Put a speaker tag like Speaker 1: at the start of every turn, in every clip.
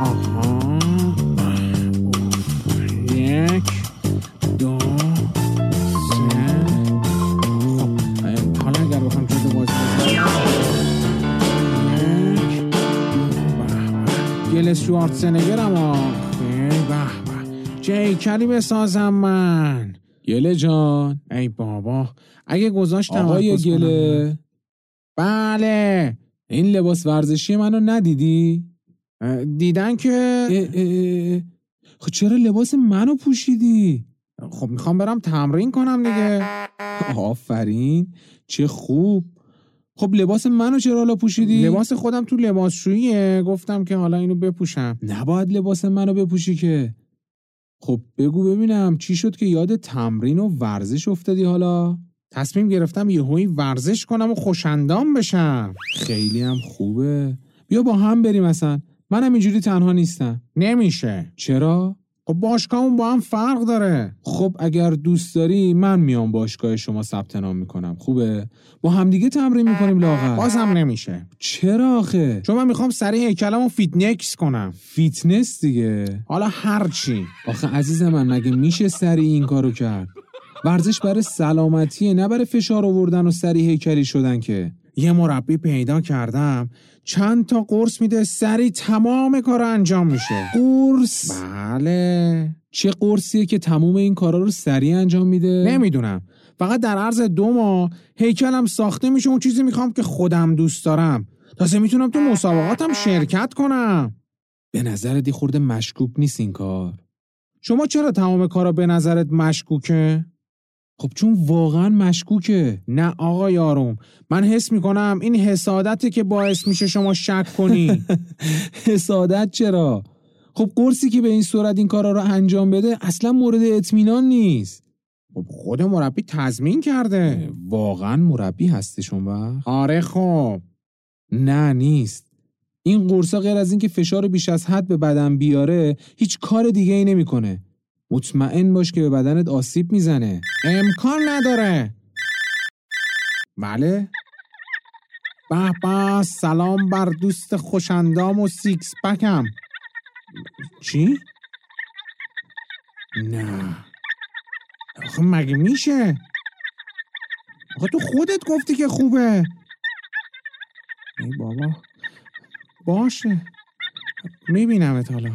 Speaker 1: آها یک دو سه خب اه، حالا اگر بخوام جدا بازی کنم یک به به. گل شوارتزنگر اما به به جیکری بسازم من
Speaker 2: گله جان
Speaker 1: ای بابا اگه گذاشت
Speaker 2: آقای
Speaker 1: تمرکز کنم من.
Speaker 2: گله
Speaker 1: بله
Speaker 2: این لباس ورزشی منو ندیدی؟
Speaker 1: اه، دیدن که
Speaker 2: اه، اه، اه، اه. خب چرا لباس منو پوشیدی؟
Speaker 1: خب میخوام برم تمرین کنم دیگه
Speaker 2: آفرین چه خوب خب لباس منو چرا حالا پوشیدی؟
Speaker 1: لباس خودم تو لباسشوییه گفتم که حالا اینو بپوشم
Speaker 2: نباید لباس منو بپوشی که خب بگو ببینم چی شد که یاد تمرین و ورزش افتادی حالا؟
Speaker 1: تصمیم گرفتم یهویی ورزش کنم و خوشندام بشم
Speaker 2: خیلی هم خوبه بیا با هم بریم اصلا منم اینجوری تنها نیستم
Speaker 1: نمیشه
Speaker 2: چرا؟
Speaker 1: خب باشگاهمون با هم فرق داره
Speaker 2: خب اگر دوست داری من میام باشگاه شما ثبت نام میکنم خوبه با همدیگه تمرین میکنیم لاغر
Speaker 1: بازم نمیشه
Speaker 2: چرا آخه
Speaker 1: چون من میخوام سریع هیکلمو فیتنکس کنم
Speaker 2: فیتنس دیگه
Speaker 1: حالا هرچی
Speaker 2: آخه عزیز من مگه میشه سریع این کارو کرد ورزش برای سلامتیه نه برای فشار آوردن و سریع هیکلی شدن که
Speaker 1: یه مربی پیدا کردم چند تا قرص میده سریع تمام کار انجام میشه
Speaker 2: قرص
Speaker 1: بله
Speaker 2: چه قرصیه که تموم این کارا رو سریع انجام میده
Speaker 1: نمیدونم فقط در عرض دو ماه هیکلم ساخته میشه اون چیزی میخوام که خودم دوست دارم تازه میتونم تو مسابقاتم شرکت کنم
Speaker 2: به نظرت یه خورده مشکوک نیست این کار
Speaker 1: شما چرا تمام کارا به نظرت مشکوکه؟
Speaker 2: خب چون واقعا مشکوکه
Speaker 1: نه آقا یارم من حس میکنم این حسادته که باعث میشه شما شک کنی
Speaker 2: حسادت چرا خب قرصی که به این صورت این کارا رو انجام بده اصلا مورد اطمینان نیست
Speaker 1: خب خود مربی تضمین
Speaker 2: اه،
Speaker 1: کرده
Speaker 2: واقعا مربی هستش اون وقت
Speaker 1: آره خب
Speaker 2: نه نیست این قرصا غیر از اینکه فشار بیش از حد به بدن بیاره هیچ کار دیگه ای نمیکنه مطمئن باش که به بدنت آسیب میزنه
Speaker 1: امکان نداره بله به به سلام بر دوست خوشندام و سیکس پکم چی؟ نه آخه خب مگه میشه؟ آخه تو خودت گفتی که خوبه ای بابا باشه میبینمت حالا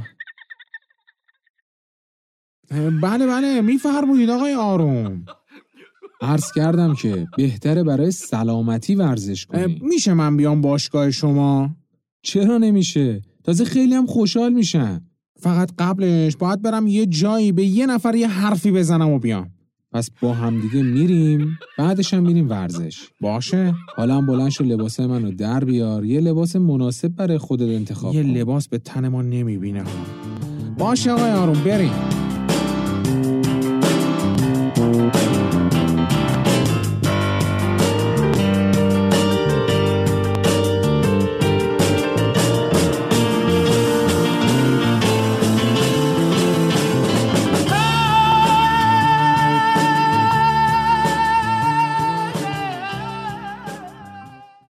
Speaker 1: اه، بله بله میفرمایید آقای آروم
Speaker 2: عرض کردم که بهتره برای سلامتی ورزش
Speaker 1: اه،
Speaker 2: کنی
Speaker 1: میشه من بیام باشگاه شما
Speaker 2: چرا نمیشه تازه خیلی هم خوشحال میشم
Speaker 1: فقط قبلش باید برم یه جایی به یه نفر یه حرفی بزنم و بیام
Speaker 2: پس با همدیگه میریم بعدش هم میریم ورزش
Speaker 1: باشه
Speaker 2: حالا هم بلند شو لباس منو در بیار یه لباس مناسب برای خودت انتخاب
Speaker 1: یه
Speaker 2: کن.
Speaker 1: لباس به تن ما نمیبینه باشه آقای آروم بریم